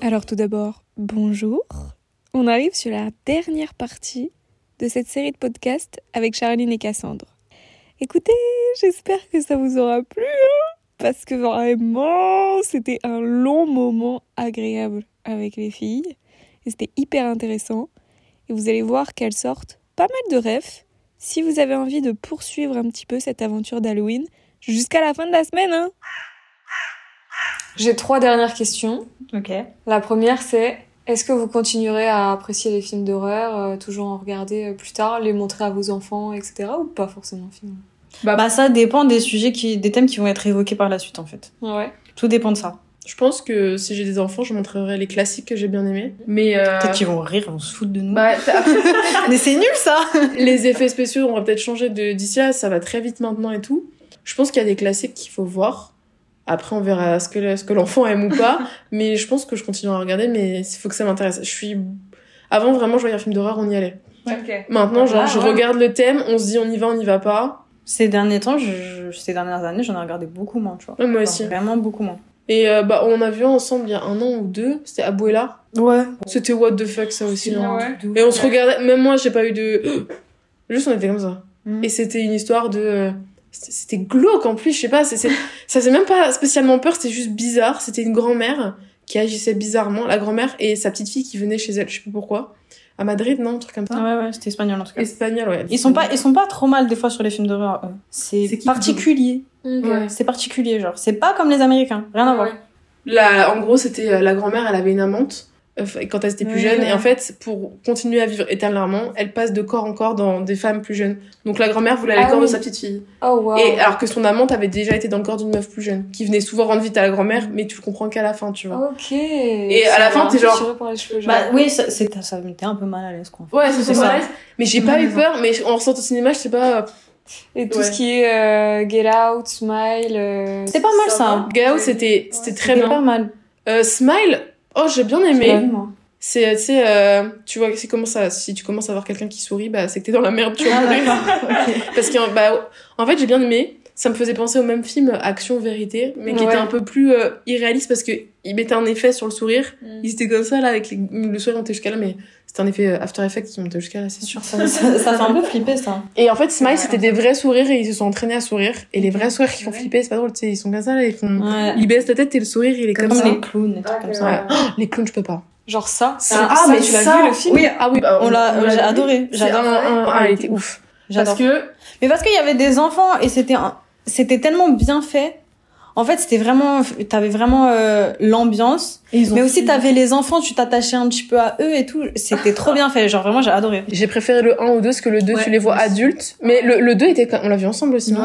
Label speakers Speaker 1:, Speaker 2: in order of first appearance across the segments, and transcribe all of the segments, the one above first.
Speaker 1: Alors tout d'abord, bonjour. On arrive sur la dernière partie de cette série de podcasts avec Charline et Cassandre. Écoutez, j'espère que ça vous aura plu, hein, parce que vraiment, c'était un long moment agréable avec les filles, et c'était hyper intéressant, et vous allez voir qu'elles sortent pas mal de rêves. Si vous avez envie de poursuivre un petit peu cette aventure d'Halloween, jusqu'à la fin de la semaine, hein J'ai trois dernières questions.
Speaker 2: Ok.
Speaker 1: La première, c'est est-ce que vous continuerez à apprécier les films d'horreur, euh, toujours en regarder euh, plus tard, les montrer à vos enfants, etc. ou pas forcément finalement
Speaker 2: Bah, ça dépend des sujets qui, des thèmes qui vont être évoqués par la suite en fait.
Speaker 1: Ouais.
Speaker 2: Tout dépend de ça.
Speaker 3: Je pense que si j'ai des enfants, je montrerai les classiques que j'ai bien aimés. Mais euh,
Speaker 2: Peut-être qu'ils vont rire, ils vont se foutre de nous.
Speaker 3: bah, t'as-
Speaker 2: Mais c'est nul ça.
Speaker 3: les effets spéciaux on va peut-être changer de d'ici là, ça va très vite maintenant et tout. Je pense qu'il y a des classiques qu'il faut voir. Après, on verra ce que le- ce que l'enfant aime ou pas. mais je pense que je continuerai à regarder, mais il faut que ça m'intéresse. Je suis avant vraiment, je voyais un film d'horreur, on y allait. Maintenant, genre,
Speaker 2: Ah,
Speaker 3: je
Speaker 2: ouais.
Speaker 3: regarde le thème, on se dit on y va, on y va pas.
Speaker 2: Ces derniers temps, je, je- ces dernières années, j'en ai regardé beaucoup moins, tu vois.
Speaker 3: Ouais, moi
Speaker 2: Genre,
Speaker 3: aussi.
Speaker 2: Vraiment beaucoup moins.
Speaker 3: Et euh, bah, on a vu ensemble il y a un an ou deux, c'était Abuela.
Speaker 2: Ouais.
Speaker 3: C'était what the fuck ça aussi. hein.
Speaker 2: ouais.
Speaker 3: Et on se regardait, même moi j'ai pas eu de. Juste on était comme ça.
Speaker 2: Mm.
Speaker 3: Et c'était une histoire de. euh, C'était c'était glauque en plus, je sais pas, c'est- c'est- ça faisait même pas spécialement peur, c'était juste bizarre. C'était une grand-mère qui agissait bizarrement, la grand-mère et sa petite fille qui venait chez elle, je sais plus pourquoi. À Madrid, non, un truc comme ça.
Speaker 2: Ouais, ouais, c'était espagnol en tout cas.
Speaker 3: Espagnol, ouais.
Speaker 2: Ah, Ils sont pas, ils sont pas trop mal des fois sur les films d'horreur. eux.
Speaker 4: C'est
Speaker 2: C'est
Speaker 4: qui
Speaker 2: particulier.
Speaker 3: Ouais.
Speaker 2: C'est particulier, genre. C'est pas comme les Américains. Rien à voir.
Speaker 3: La, en gros, c'était euh, la grand-mère, elle avait une amante euh, f- quand elle était plus
Speaker 2: Ouais,
Speaker 3: jeune.
Speaker 2: ouais.
Speaker 3: Et en fait, pour continuer à vivre éternellement, elle passe de corps en corps dans des femmes plus jeunes. Donc la grand-mère voulait
Speaker 1: Ah
Speaker 3: les corps de
Speaker 1: oui.
Speaker 3: sa petite fille.
Speaker 1: Oh wow.
Speaker 3: Et alors que son amante avait déjà été dans le corps d'une meuf plus jeune, qui venait souvent rendre vite à la grand-mère, mais tu le comprends qu'à la fin, tu vois.
Speaker 1: Ok. Et
Speaker 3: euh, à la fin, t'es genre-
Speaker 2: Bah oui, ça, c'est- ça me mettait un peu mal à l'aise, quoi.
Speaker 3: Ouais, c'est
Speaker 2: C'est ça.
Speaker 3: ça. Mais j'ai pas eu peur, mais en ressortant au cinéma, je sais pas. euh,
Speaker 1: Et tout
Speaker 3: ouais.
Speaker 1: ce qui est euh, Get Out, Smile. euh,
Speaker 2: C'est pas mal, ça.
Speaker 1: va
Speaker 3: Get Out, c'était c'était très
Speaker 2: C'était
Speaker 3: bien.
Speaker 2: pas mal.
Speaker 3: Euh, Smile, oh, j'ai bien
Speaker 2: J'ai pas
Speaker 3: aimé.
Speaker 2: vu, moi.
Speaker 3: C'est, euh, tu sais, euh, tu vois, c'est comment ça. Si tu commences à voir quelqu'un qui sourit, bah, c'est que t'es dans la merde, tu vois.
Speaker 2: Ah, d'accord.
Speaker 3: Parce que, bah, en fait, j'ai bien aimé. Ça me faisait penser au même film euh, Action Vérité, mais qui
Speaker 1: Ouais.
Speaker 3: était un peu plus euh, irréaliste parce que il mettait un effet sur le sourire.
Speaker 1: Mm.
Speaker 3: Il était comme ça, là, avec les- le sourire montait jusqu'à là, mais c'était un effet euh, After Effects qui montait jusqu'à là, c'est sûr.
Speaker 2: ça, ça- ça fait un peu flipper, ça.
Speaker 3: Et en fait, Smile, c'était des vrais sourires et ils se sont entraînés à sourire. Et les vrais sourires qui font flipper, c'est pas drôle, tu sais, ils sont comme ça, là, ils font.
Speaker 2: Ouais.
Speaker 3: Ils baissent la tête et le sourire, il est comme,
Speaker 2: Comme
Speaker 3: ça.
Speaker 2: les clowns, des trucs comme ça.
Speaker 3: Ouais. Les clowns, je peux pas.
Speaker 1: Genre ça.
Speaker 2: Ah, ah, mais tu l'as vu, le film
Speaker 3: Oui, ah oui, bah,
Speaker 2: On l'a,
Speaker 3: on
Speaker 2: j'ai
Speaker 3: vu.
Speaker 2: adoré.
Speaker 3: C'est
Speaker 2: J'adore.
Speaker 3: un- un- Ah, il était ouf.
Speaker 2: J'adore.
Speaker 3: Parce que.
Speaker 2: Mais parce qu'il y avait des enfants et c'était un- c'était tellement bien fait. En fait, c'était vraiment, t'avais vraiment euh, l'ambiance, mais aussi t'avais les enfants, tu t'attachais un petit peu à eux et tout. C'était trop bien fait. Genre vraiment, j'ai adoré.
Speaker 3: J'ai préféré le 1 au 2 parce que le 2
Speaker 2: Ouais,
Speaker 3: tu les vois
Speaker 2: moi aussi.
Speaker 3: adultes mais le, le 2 était quand- on l'a vu ensemble aussi non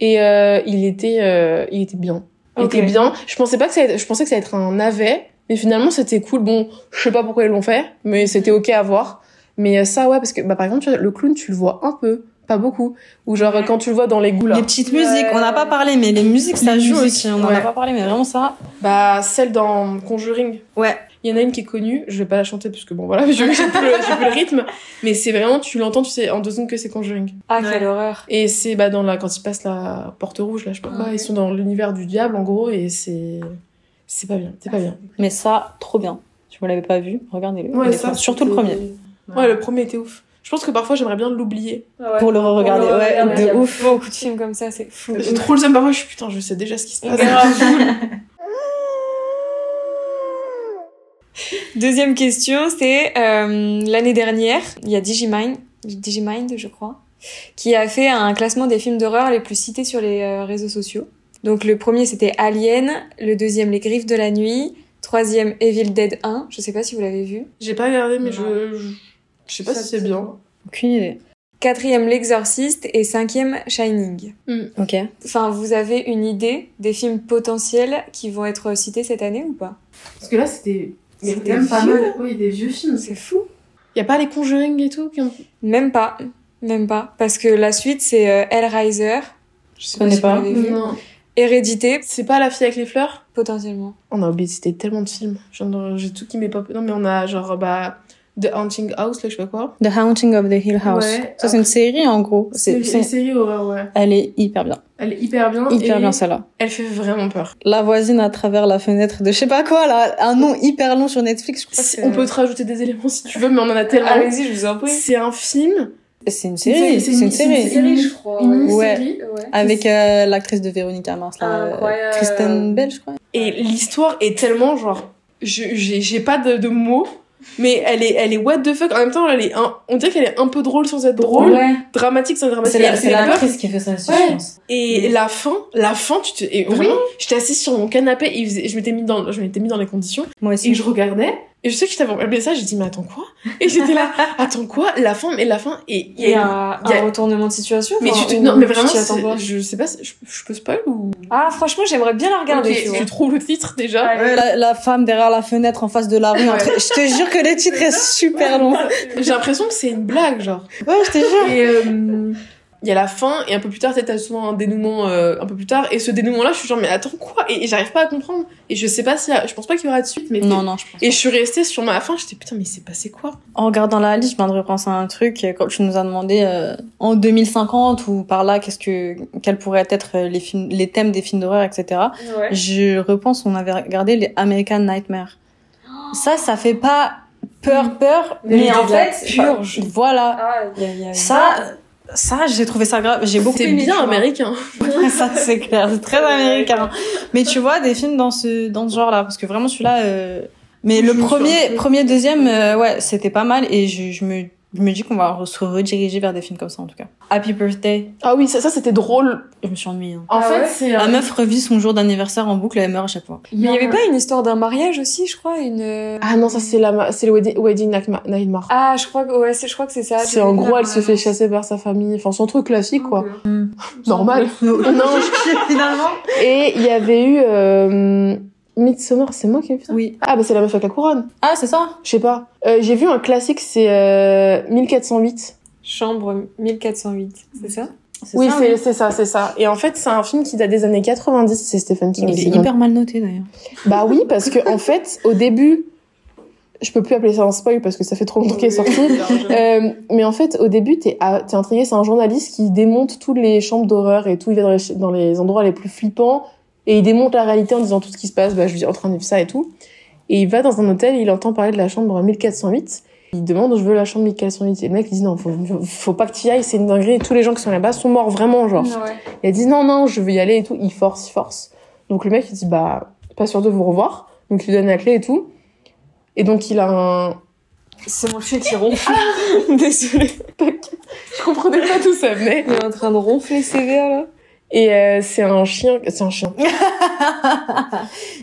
Speaker 3: et euh, il était euh, il était bien il
Speaker 1: Ok.
Speaker 3: était bien je pensais pas que ça allait- je pensais que ça allait être un navet mais finalement c'était cool bon je sais pas pourquoi ils l'ont fait mais c'était ok à voir mais euh, ça ouais parce que bah par exemple tu vois, le clown tu le vois un peu pas beaucoup ou genre quand tu le vois dans les goûts là
Speaker 2: Les petites musiques, on n'a pas parlé, mais les musiques, ça
Speaker 3: Les
Speaker 2: joue
Speaker 3: musiques,
Speaker 2: aussi. On n'en a
Speaker 3: ouais.
Speaker 2: pas parlé, mais vraiment ça.
Speaker 3: bah celle dans Conjuring
Speaker 2: Ouais.
Speaker 3: il y en a une qui est connue je vais pas la chanter parce que bon voilà j'ai j'ai plus, le- j'ai plus le rythme mais c'est vraiment tu l'entends tu sais en deux secondes que c'est Conjuring
Speaker 1: Ah, quelle horreur.
Speaker 3: Et c'est bah dans la quand ils passent la porte rouge là, je sais pas quoi, ils sont dans l'univers du diable en gros et c'est c'est pas bien, c'est pas bien.
Speaker 2: Mais ça, trop bien. Si vous l'avez pas vu, regardez-le. Il est trop- surtout le premier.
Speaker 3: Ouais, le premier était ouf. Je pense que parfois j'aimerais bien l'oublier.
Speaker 2: Pour le re-regarder.
Speaker 4: Pour le
Speaker 2: Ouais,
Speaker 4: re-regarder.
Speaker 2: de ouf.
Speaker 1: Beaucoup de films comme ça, c'est fou.
Speaker 3: J'ai trop le seum parfois, je suis putain, je sais déjà ce qui se passe.
Speaker 1: Deuxième question, c'est euh, l'année dernière, il y a Digimind, Digimind, je crois, qui a fait un classement des films d'horreur les plus cités sur les euh, réseaux sociaux. Donc le premier c'était Alien, le deuxième Les Griffes de la Nuit, troisième Evil Dead 1, je sais pas si vous l'avez vu,
Speaker 3: J'ai pas regardé mais
Speaker 4: Non.
Speaker 3: je je- je sais pas
Speaker 4: Ça,
Speaker 3: si c'est
Speaker 4: c'est
Speaker 3: bien.
Speaker 2: Aucune idée.
Speaker 1: quatrième L'Exorciste et cinquième Shining.
Speaker 2: Ok.
Speaker 1: Enfin, vous avez une idée des films potentiels qui vont être cités cette année ou pas
Speaker 4: Parce que là, c'était.
Speaker 1: il y avait
Speaker 4: C'était
Speaker 1: quand même
Speaker 4: même
Speaker 1: pas
Speaker 4: pas mal. Oui, des vieux films.
Speaker 1: C'est fou.
Speaker 3: Y a pas les Conjuring et tout qui ont
Speaker 1: Même pas, même pas, parce que la suite c'est euh, Hellraiser.
Speaker 2: Je connais
Speaker 1: si vous
Speaker 2: pas.
Speaker 1: l'avez vu. Hérédité,
Speaker 3: C'est pas la fille avec les fleurs
Speaker 1: potentiellement.
Speaker 3: On a oublié, c'était tellement de films. Genre, J'ai tout qui m'est pas. Non mais on a genre bah The Haunting House, là, je sais pas quoi.
Speaker 2: The Haunting of the Hill House.
Speaker 4: Ouais,
Speaker 2: ça, c'est une série, en gros.
Speaker 4: C'est
Speaker 2: C'est, c'est-
Speaker 4: une série horreur, ouais.
Speaker 2: Elle est hyper bien.
Speaker 4: Elle est hyper bien.
Speaker 2: Hyper
Speaker 4: et
Speaker 2: bien, celle-là.
Speaker 3: Elle fait vraiment peur.
Speaker 2: La voisine à travers la fenêtre de je sais pas quoi, là. Un nom hyper long sur Netflix, je crois que Ah
Speaker 3: Si-
Speaker 2: c'est-
Speaker 3: On peut te rajouter des éléments si tu veux, mais on en a tellement.
Speaker 5: Allez-y, je vous en prie.
Speaker 3: C'est un film.
Speaker 2: C'est une série. C'est une série.
Speaker 5: série, je crois.
Speaker 4: Une
Speaker 5: ouais.
Speaker 2: Ouais.
Speaker 4: mini-série.
Speaker 5: Ouais.
Speaker 2: Avec euh, l'actrice de Véronica Mars, là. euh,
Speaker 5: Incroyable.
Speaker 2: Kristen Bell, je crois.
Speaker 3: Et l'histoire est tellement genre, je- j'ai j'ai pas de, de mots, mais elle est, elle est what the fuck. En même temps, elle est un- on dirait qu'elle est un peu drôle sans être drôle,
Speaker 5: Ouais.
Speaker 3: dramatique sans être dramatique.
Speaker 2: C'est, la,
Speaker 3: Elle
Speaker 2: c'est
Speaker 3: fait peur.
Speaker 2: l'actrice qui fait ça aussi,
Speaker 5: Ouais.
Speaker 2: je pense.
Speaker 3: Et
Speaker 5: Mais-
Speaker 3: la fin, la fin, tu te, et vraiment, j'étais assise sur mon canapé et il faisait- je m'étais mis dans, je m'étais mis dans les conditions.
Speaker 2: Moi
Speaker 4: Et
Speaker 2: aussi.
Speaker 4: je regardais.
Speaker 3: Et je sais que je t'avais envoyé ça, j'ai dit, mais attends quoi? Et j'étais là, attends quoi? La fin, mais la fin, et
Speaker 5: Il y a
Speaker 3: il y a-
Speaker 5: un retournement de situation.
Speaker 3: Mais
Speaker 5: enfin,
Speaker 3: tu te-
Speaker 5: ou
Speaker 3: non, mais vraiment,
Speaker 5: t'y attends pas.
Speaker 3: c'est- je sais pas, je, je peux spoil ou.
Speaker 5: Ah, franchement, j'aimerais bien la regarder,
Speaker 4: Ok,
Speaker 5: tu vois.
Speaker 3: Tu trouves le titre déjà?
Speaker 2: La, la femme derrière la fenêtre en face de la rue. en train- Je te jure que le titre est super long.
Speaker 3: J'ai l'impression que c'est une blague, genre.
Speaker 2: Ouais, je te jure.
Speaker 4: Et euh,
Speaker 3: Il y a la fin, et un peu plus tard, peut-être t'as souvent un dénouement euh, un peu plus tard, et ce dénouement-là, je suis genre, mais attends quoi Et, et j'arrive pas à comprendre. Et je sais pas si, je pense pas qu'il y aura de suite, mais.
Speaker 2: Non, non, je pense.
Speaker 3: Et je suis restée sur ma fin, j'étais putain, mais c'est passé quoi
Speaker 2: En regardant la liste, je viens de repenser à un truc. euh, Quand tu nous as demandé euh, en 2050 ou par là, qu'est-ce que quels pourraient être euh, les films, les thèmes des films d'horreur, etc.
Speaker 5: Ouais.
Speaker 2: Je repense, on avait regardé les American Nightmare. Ça, ça fait pas peur, peur,
Speaker 5: Mais
Speaker 2: mais,
Speaker 5: il y a
Speaker 2: en
Speaker 5: de la
Speaker 2: fait,
Speaker 5: purge.
Speaker 2: bah, voilà.
Speaker 5: Ah, il y a- il y a-
Speaker 2: Ça, ça, j'ai trouvé ça grave. J'ai beaucoup
Speaker 3: C'est
Speaker 2: aimé.
Speaker 3: bien
Speaker 2: tu vois.
Speaker 3: américain.
Speaker 2: ça c'est clair, c'est très américain. Mais tu vois des films dans ce dans ce genre-là parce que vraiment celui-là euh, mais
Speaker 4: Je me
Speaker 2: le
Speaker 4: suis un
Speaker 2: premier
Speaker 4: peu-
Speaker 2: premier deuxième euh, ouais, c'était pas mal et je, je me je me dis qu'on va re- se rediriger vers des films comme ça en tout cas. Happy Birthday,
Speaker 3: Ah oui, ça, ça c'était drôle.
Speaker 2: je me suis ennuyée. hein.
Speaker 3: En
Speaker 5: Ah
Speaker 3: fait,
Speaker 5: ouais
Speaker 3: c'est.
Speaker 2: La
Speaker 3: euh,
Speaker 2: meuf revit son jour d'anniversaire en boucle et elle meurt à chaque fois.
Speaker 5: Mais il y avait pas une histoire d'un mariage aussi, je crois, une. euh,
Speaker 3: Ah non, ça c'est la, ma- c'est le Wedding, wedding Nightma- Nightmare.
Speaker 5: Ah, je crois que ouais, c'est- je crois que c'est ça.
Speaker 2: Ah,
Speaker 3: c'est en gros, elle se fait chasser par sa famille. Enfin, son truc classique, quoi. Normal. Ah, non,
Speaker 2: Finalement.
Speaker 3: Et il y avait eu euh, Midsommar, c'est moi qui ai vu ça
Speaker 2: Oui.
Speaker 3: Ah bah c'est la meuf avec la couronne,
Speaker 2: Ah c'est ça.
Speaker 3: je sais pas. Euh, J'ai vu un classique, c'est euh, 1408.
Speaker 5: Chambre 1408, c'est ça
Speaker 2: C'est
Speaker 3: Oui,
Speaker 2: ça,
Speaker 3: c'est c'est ça, c'est ça. Et en fait, c'est un film qui date des années 90, c'est Stephen King.
Speaker 2: Il est
Speaker 3: évidemment.
Speaker 2: hyper mal noté d'ailleurs.
Speaker 3: Bah oui, parce que en fait, au début, je peux plus appeler ça un spoil parce que ça fait trop longtemps qu'il est sorti. Euh, mais en fait, au début, t'es à- t'es intrigué, c'est un journaliste qui démonte toutes les chambres d'horreur et tout, il va dans les, ch- dans les endroits les plus flippants et il démonte la réalité en disant tout ce qui se passe, bah je suis en train de vivre ça et tout. Et il va dans un hôtel, il entend parler de la chambre 1408. Il demande, je veux la chambre 1408. Et le mec, il dit, non, faut, faut pas que tu y ailles, c'est une dinguerie. Tous les gens qui sont là-bas sont morts, vraiment, genre.
Speaker 5: Ouais.
Speaker 3: Il a dit non, non, je veux y aller et tout. Il force, il force. Donc le mec, il dit bah, pas sûr de vous revoir. Donc il lui donne la clé et tout. Et donc il a un.
Speaker 5: C'est mon chien qui ronfle.
Speaker 3: Désolé, je comprenais pas d'où ça venait.
Speaker 5: Il est en train de ronfler sévère là.
Speaker 3: Et euh, c'est un chien. C'est un chien.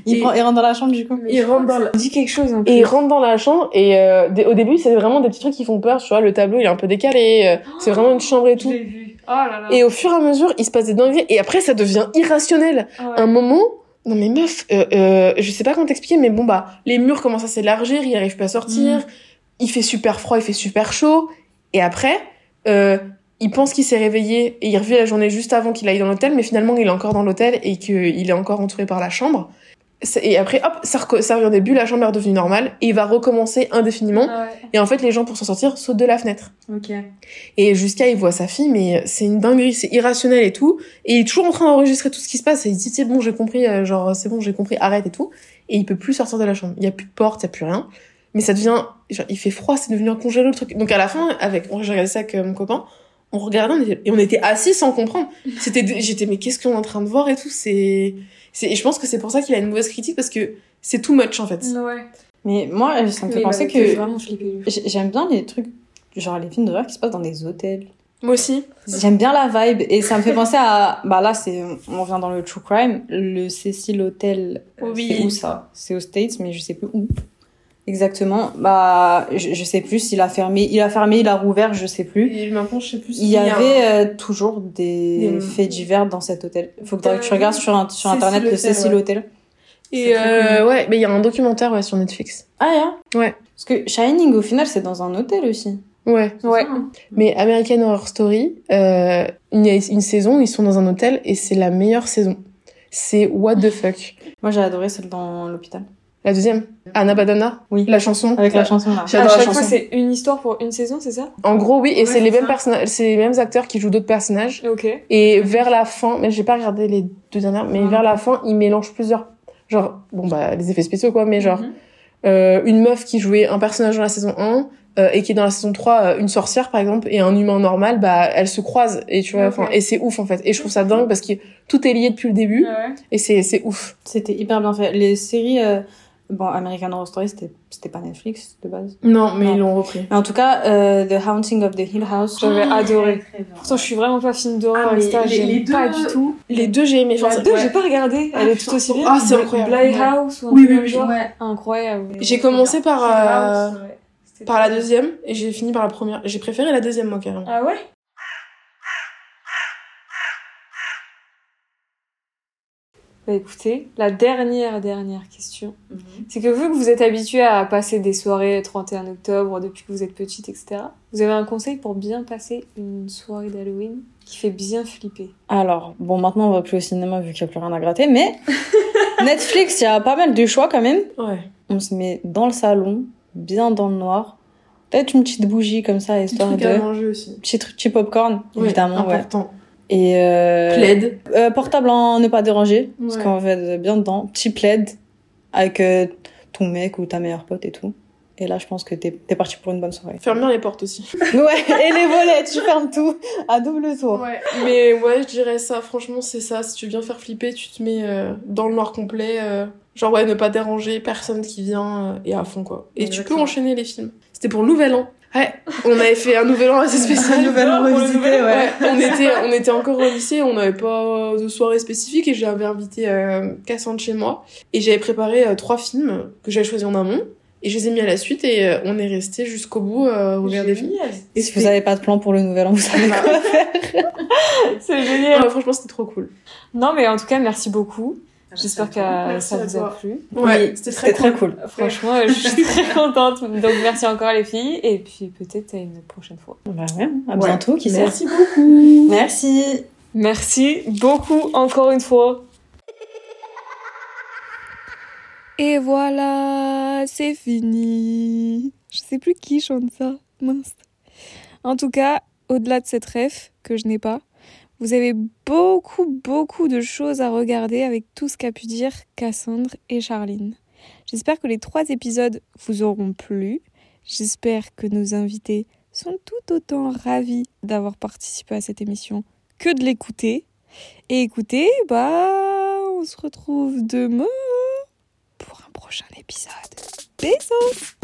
Speaker 2: Il,
Speaker 3: Et-
Speaker 2: prend, il rentre dans la chambre du coup.
Speaker 4: Il rentre dans la.
Speaker 5: Dis quelque chose un peu.
Speaker 3: Et il rentre dans la chambre et euh, dé- au début, c'est vraiment des petits trucs qui font peur. Tu vois, le tableau, il est un peu décalé. euh, c'est vraiment une chambre et
Speaker 4: Je
Speaker 3: tout.
Speaker 4: l'ai vu. Oh là là.
Speaker 3: Et au fur et à mesure, il se passe des dingueries. Et après, ça devient irrationnel.
Speaker 5: Ah
Speaker 3: un moment non mais meuf euh, euh, je sais pas comment t'expliquer mais bon bah les murs commencent à s'élargir il arrive pas à sortir il fait super froid il fait super chaud et après euh, il pense qu'il s'est réveillé et il revit la journée juste avant qu'il aille dans l'hôtel mais finalement il est encore dans l'hôtel et qu'il est encore entouré par la chambre C'est- et après hop ça, reco- ça revient au début la chambre est redevenue normale et il va recommencer indéfiniment et en fait les gens pour s'en sortir sautent de la fenêtre
Speaker 4: Ok.
Speaker 3: et jusqu'à il voit sa fille, mais c'est une dinguerie, c'est irrationnel et tout. Et il est toujours en train d'enregistrer tout ce qui se passe. Et il dit c'est bon, j'ai compris, euh, genre c'est bon, j'ai compris, arrête et tout. Et il peut plus sortir de la chambre. Il y a plus de porte, il y a plus rien. Mais ça devient, genre il fait froid, c'est devenu un congélo le truc. Donc à la fin, avec, j'ai regardé ça avec euh, mon copain, on regardait on était- et on était assis sans comprendre. C'était, j'étais mais qu'est-ce qu'on est en train de voir et tout. C'est, c'est, et je pense que c'est pour ça qu'il a une mauvaise critique parce que c'est too much en fait.
Speaker 5: Ouais.
Speaker 2: Mais moi, ça me fait
Speaker 5: Mais
Speaker 2: penser
Speaker 5: bah, t'es
Speaker 2: que
Speaker 5: vraiment flippé.
Speaker 2: j'ai- j'aime bien les trucs genre les films d'horreur qui se passent dans des hôtels.
Speaker 3: Moi aussi.
Speaker 2: J'aime bien la vibe et ça me fait penser à bah là c'est on revient dans le true crime le Cecil Hotel c'est où ça c'est aux States mais je sais plus où exactement bah je, je sais plus il a fermé il a fermé il a rouvert je sais plus
Speaker 3: Et maintenant je sais plus.
Speaker 2: il y avait euh, toujours des
Speaker 3: Des-
Speaker 2: faits divers dans cet hôtel faut que,
Speaker 4: Euh,
Speaker 2: tu regardes sur un- sur
Speaker 4: Cecil
Speaker 2: internet le
Speaker 4: Hotel,
Speaker 2: Cecil
Speaker 4: ouais.
Speaker 2: Hotel
Speaker 3: Et
Speaker 4: C'est très
Speaker 3: euh, ouais, mais il y a un documentaire ouais sur Netflix.
Speaker 2: ah hein
Speaker 3: Ouais.
Speaker 2: parce que Shining au final c'est dans un hôtel aussi
Speaker 3: Ouais.
Speaker 5: Ouais.
Speaker 3: Mais American Horror Story, euh, il y a une saison où ils sont dans un hôtel et c'est la meilleure saison. C'est what the fuck.
Speaker 2: moi j'ai adoré celle dans l'hôpital
Speaker 3: La deuxième, Anna Badana,
Speaker 2: Oui.
Speaker 3: la chanson.
Speaker 2: Avec la
Speaker 3: Ouais.
Speaker 2: chanson là.
Speaker 5: À
Speaker 3: J'adore la
Speaker 5: chaque fois,
Speaker 3: chanson.
Speaker 5: c'est une histoire pour une saison, c'est ça
Speaker 3: En gros, oui, et
Speaker 4: Ouais,
Speaker 3: c'est les
Speaker 4: c'est
Speaker 3: mêmes
Speaker 4: ça.
Speaker 3: personnages, c'est les mêmes acteurs qui jouent d'autres personnages.
Speaker 5: Ok.
Speaker 3: Et vers la fin, mais j'ai pas regardé les deux dernières, mais vers la fin, ils mélangent plusieurs, genre, bon bah, les effets spéciaux quoi, mais genre, euh, une meuf qui jouait un personnage dans la saison 1 euh, et qui est dans la saison 3 euh, une sorcière par exemple et un humain normal bah elles se croisent et tu vois
Speaker 4: Ok.
Speaker 3: enfin et c'est ouf en fait et je trouve ça dingue parce que tout est lié depuis le début et c'est c'est ouf
Speaker 2: C'était hyper bien fait. Les séries, euh, bon, American Horror Story, c'était c'était pas Netflix de base.
Speaker 3: non mais
Speaker 2: ils
Speaker 3: l'ont repris
Speaker 2: Mais en tout cas, euh, The Haunting of the Hill House.
Speaker 5: J'avais adoré. Pourtant,
Speaker 4: Pourtant,
Speaker 5: je suis vraiment pas film d'horreur,
Speaker 4: Ah, mais
Speaker 5: etc.
Speaker 4: les-
Speaker 5: J'aime
Speaker 4: les deux-
Speaker 5: pas du tout.
Speaker 3: les deux j'ai aimé
Speaker 5: La
Speaker 3: genre,
Speaker 5: deux,
Speaker 3: ouais.
Speaker 5: j'ai pas regardé. Elle est tout aussi bien.
Speaker 3: Ah, c'est incroyable.
Speaker 5: Bly House ou un
Speaker 4: Oui,
Speaker 5: truc
Speaker 4: oui,
Speaker 5: comme
Speaker 4: oui,
Speaker 5: ça.
Speaker 4: ouais.
Speaker 5: Incroyable.
Speaker 3: j'ai commencé par euh, par la deuxième et j'ai fini par la première j'ai préféré la deuxième moi carrément
Speaker 4: Ah ouais
Speaker 5: Bah écoutez, la dernière, dernière question. C'est que vu que vous êtes habitué à passer des soirées 31 octobre depuis que vous êtes petite, etc., vous avez un conseil pour bien passer une soirée d'Halloween qui fait bien flipper.
Speaker 2: Alors, bon, maintenant on va plus au cinéma vu qu'il y a plus rien à gratter, mais Netflix, il y a pas mal de choix quand même.
Speaker 3: ouais
Speaker 2: On se met dans le salon, bien dans le noir. Peut-être une petite bougie comme ça,
Speaker 3: Petit
Speaker 2: histoire
Speaker 3: truc
Speaker 2: de.
Speaker 3: à manger aussi
Speaker 2: Petit truc, petit popcorn,
Speaker 3: Oui,
Speaker 2: évidemment, ouais.
Speaker 3: important
Speaker 2: Et euh,
Speaker 3: plaid
Speaker 2: euh, portable en ne pas déranger, parce
Speaker 3: Ouais.
Speaker 2: qu'on va être bien dedans. Petit plaid avec euh, ton mec ou ta meilleure pote et tout. Et là, je pense que t'es t'es parti pour une bonne soirée.
Speaker 3: ferme bien les portes aussi
Speaker 2: Ouais, et les volets, tu fermes tout à double tour.
Speaker 4: Ouais.
Speaker 3: Mais ouais, je dirais ça. Franchement, c'est ça. Si tu viens faire flipper, tu te mets euh, dans le noir complet. euh, genre, ouais, ne pas déranger personne qui vient euh, et à fond, quoi. Et tu peux
Speaker 4: Exactement.
Speaker 3: enchaîner les films. C'était pour le nouvel an. Ouais, on avait fait un nouvel an assez spécial.
Speaker 4: an revisité,
Speaker 3: Ouais, on était, on était encore au lycée, on n'avait pas de soirée spécifique et j'avais invité euh, Cassandre chez moi et j'avais préparé euh, trois films que j'avais choisis en amont et je les ai mis à la suite et euh, on est resté jusqu'au bout euh, regarder les films. Et
Speaker 2: Si vous avez pas de plan pour le nouvel an, vous savez quoi faire.
Speaker 5: C'est génial.
Speaker 3: Ouais, franchement, c'était trop cool.
Speaker 5: Non, mais en tout cas, merci beaucoup. J'espère que euh,
Speaker 4: Merci
Speaker 5: ça
Speaker 4: à
Speaker 5: vous
Speaker 4: toi.
Speaker 5: a plu.
Speaker 3: Ouais, c'était très,
Speaker 2: C'était
Speaker 3: cool.
Speaker 2: très cool.
Speaker 5: Franchement, euh, je suis très contente. Donc, merci encore les filles. Et puis, peut-être à une prochaine fois.
Speaker 2: Bah ouais, à bientôt, qui sait.
Speaker 3: Merci
Speaker 2: Merci.
Speaker 5: Merci beaucoup encore une fois.
Speaker 1: Et voilà, c'est fini. Je sais plus qui chante ça. Mince. En tout cas, au-delà de cette ref que je n'ai pas, vous avez beaucoup, beaucoup de choses à regarder avec tout ce qu'a pu dire Cassandre et Charline. J'espère que les trois épisodes vous auront plu. J'espère que nos invités sont tout autant ravis d'avoir participé à cette émission que de l'écouter. Et écoutez, bah, on se retrouve demain pour un prochain épisode. Bisous